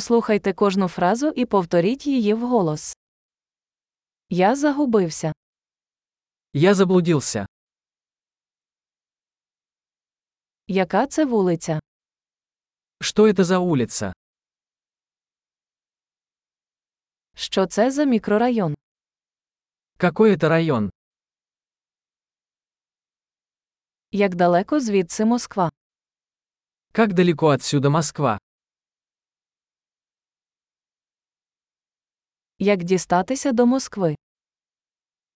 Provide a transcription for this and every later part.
Послухайте кожну фразу і повторіть її вголос. Я загубився. Я заблудился. Яка це вулиця? Что это за улица? Що це за мікрорайон? Какой это район? Як далеко звідси Москва? Как далеко отсюда Москва? Як дістатися до Москви?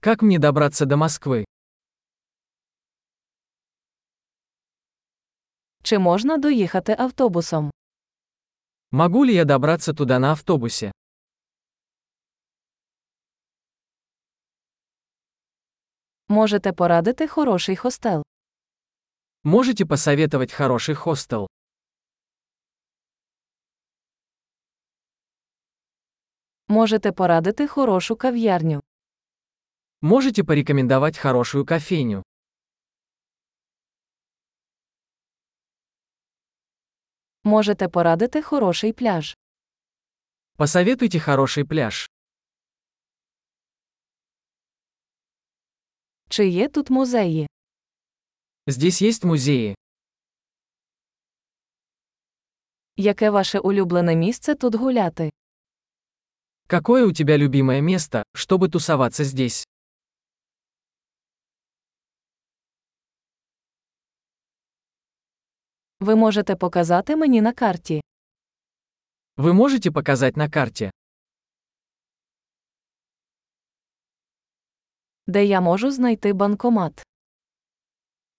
Как мне добраться до Москвы? Чи можна доїхати автобусом? Могу ли я добраться туда на автобусе? Можете порадити хороший хостел. Можете посоветовать хороший хостел? Можете порадити хорошу кав'ярню. Можете порекомендовать хорошую кофейню? Можете порадити хороший пляж. Посоветуйте хороший пляж. Чи є тут музеї? Здесь есть музеи. Яке ваше улюблене місце тут гуляти? Какое у тебя любимое место, чтобы тусоваться здесь? Ви можете показати мені на карті. Вы можете показать на карте, Де я можу знайти банкомат?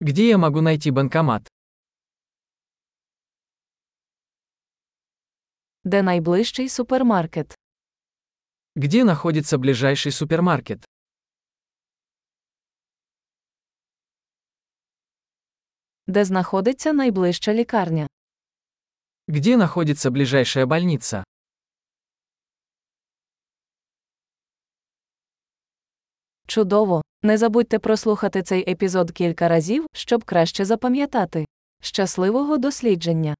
где я могу найти банкомат, Де найближчий супермаркет? где находится ближайший супермаркет, Де знаходиться найближча лікарня? где находится ближайшая больница, Чудово! Не забудьте прослухати цей епізод кілька разів, щоб краще запам'ятати. Щасливого дослідження!